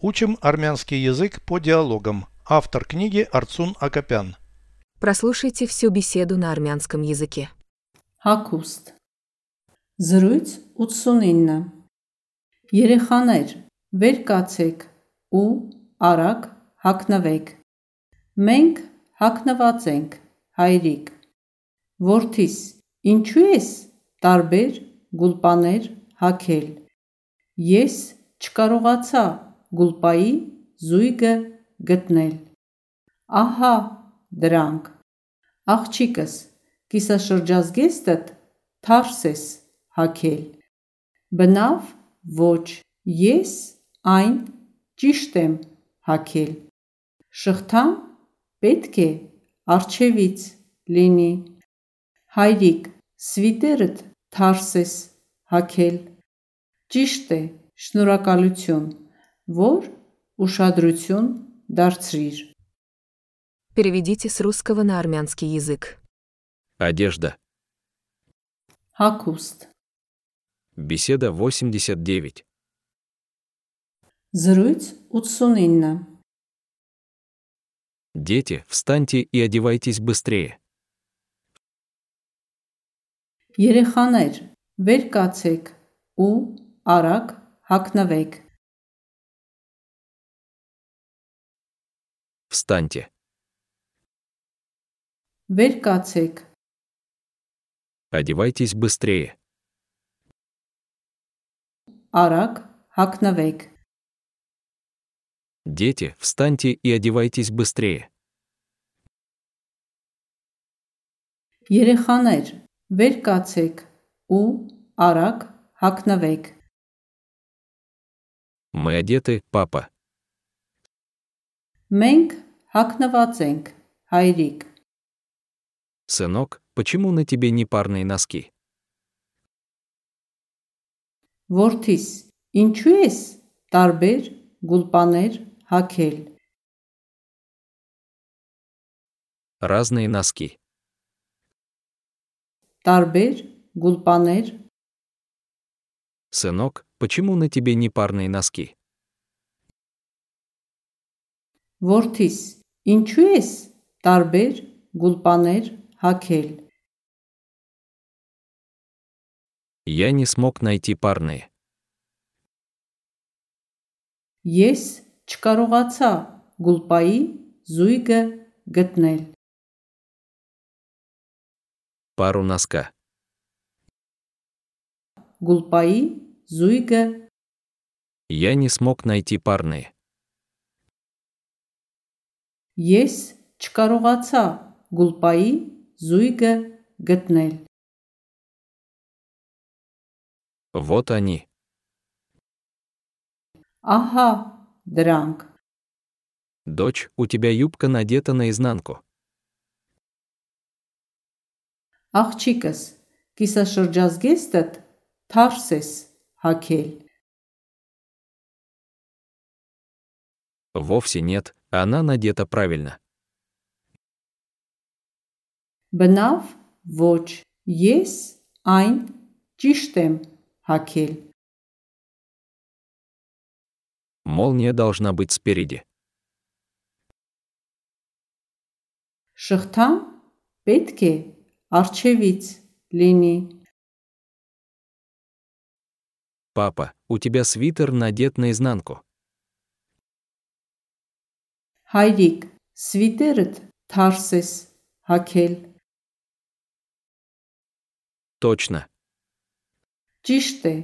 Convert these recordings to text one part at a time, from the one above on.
Учим армянский язык по диалогам. Автор книги Арцун Акопян. Прослушайте всю беседу на армянском языке. Հակուստ Զրույց 89 Երեխաներ, վեր կացեք ու արագ հակնվեք։ Մենք հակնված ենք, հայրիկ։ Որդիս, ինչու ես տարբեր գուլպաներ հակել։ Ես չկարողացա գուլպայի զույգը գտնել։ Ահա դրանք։ Աղջիկս, կիսաշրջազգեստդ Թարսես հակել։ Բնավ ոչ, ես այն ճիշտ եմ հակել։ Շղթան պետք է արջևից լինի։ Հայրիկ, սվիտերդ Թարսես հակել։ Ճիշտ է, շնորհակալություն, որ ուշադրություն դարձրիր։ Переведите с русского на армянский язык. Одежда. Հակուստ Беседа 89. Զրույց 89 Дети, встаньте и одевайтесь быстрее. Երեխաներ, վեր կացեք ու արագ հակնվեք։ Встаньте. Վեր կացեք, Одевайтесь быстрее. արագ հակնվեք։ Дети, встаньте и одевайтесь быстрее. Երեխաներ, վեր կացեք ու արագ հակնվեք։ Мы одеты, папа. Մենք հակնված ենք, հայրիկ։ Сынок, почему на тебе не парные носки? Որդիս, ինչու ես տարբեր գուլպաներ հակել։ Разные носки. Տարբեր գուլպաներ, Сынок, почему на тебе не парные носки? որդիս, ինչու ես տարբեր գուլպաներ հակել։ Я не смог найти парные. Ես չկարողացա գուլպայի զույգը գտնել։ Пару носка. Գուլպայի զույգը Я не смог найти парные. ես չկարողացա գուլպայի զույգը գտնել։ Вот они. Ահա դրանք։ Дочь, у тебя юбка надета наизнанку. Աղջիկս, կիսաշրջազգեստդ Թարսես հակել։ Вовсе нет, она надета правильно. Բնավ ոչ, ես այն ճիշտ եմ հակել։ Молния должна быть спереди. Շղթան պետք է արջևից լինի։ Папа, у тебя свитер надет наизнанку. Հայրիկ, սվիտերդ Թարսես հակել։ Точно. Ճիշտ է,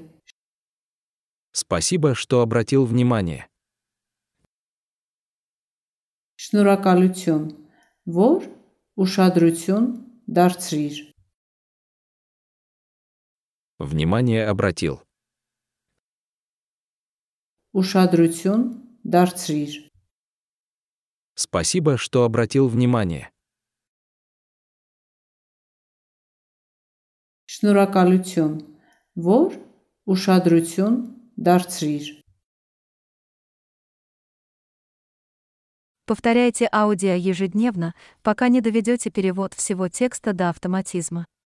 Спасибо, что обратил внимание. Շնորհակալություն, որ ուշադրություն դարձրիր։ Внимание обратил. Ուշադրություն դարձրիր։ Спасибо, что обратил внимание. Շնորհակալություն, որ ուշադրություն դարձրիր։ Повторяйте аудио ежедневно, пока не доведете перевод всего текста до автоматизма.